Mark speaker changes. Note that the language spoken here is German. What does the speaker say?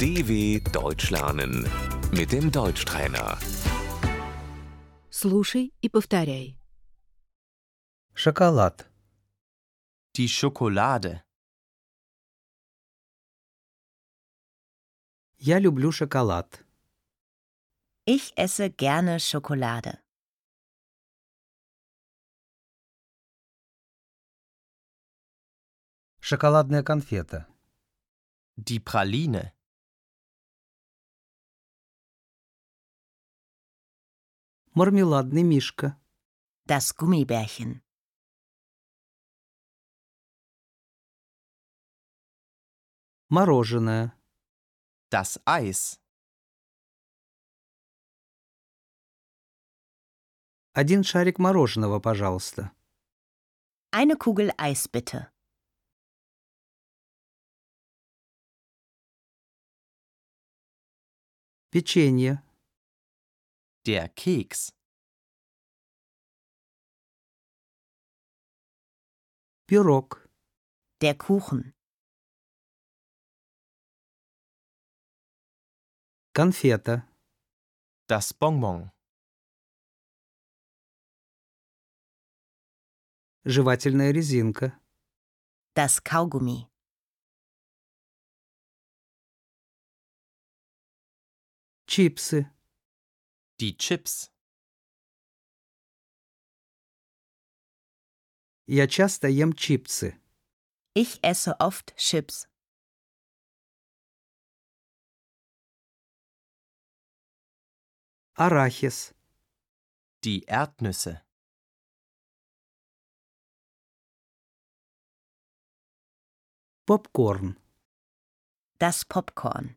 Speaker 1: DW Deutsch lernen mit dem Deutschtrainer.
Speaker 2: Слушай и повторяй.
Speaker 3: Шоколад.
Speaker 4: Die Schokolade.
Speaker 3: Я люблю шоколад.
Speaker 5: Ich esse gerne Schokolade.
Speaker 3: Шоколадная конфета.
Speaker 4: Die Praline.
Speaker 3: Мармеладный мишка.
Speaker 5: Das Gummibärchen.
Speaker 3: Мороженое.
Speaker 4: Das Eis.
Speaker 3: Один шарик мороженого, пожалуйста.
Speaker 5: Eine Kugel Eis bitte.
Speaker 3: Печенье.
Speaker 4: Der Keks.
Speaker 3: Пирог.
Speaker 5: Der Kuchen.
Speaker 3: Конфета.
Speaker 4: Das Bonbon.
Speaker 3: Жевательная резинка.
Speaker 5: Das Kaugummi.
Speaker 3: Чипсы.
Speaker 4: Die Chips.
Speaker 3: Я часто ем чипсы.
Speaker 5: Ich esse oft Chips.
Speaker 3: Арахис.
Speaker 4: Die Erdnüsse.
Speaker 3: Попкорн.
Speaker 5: Das Popcorn.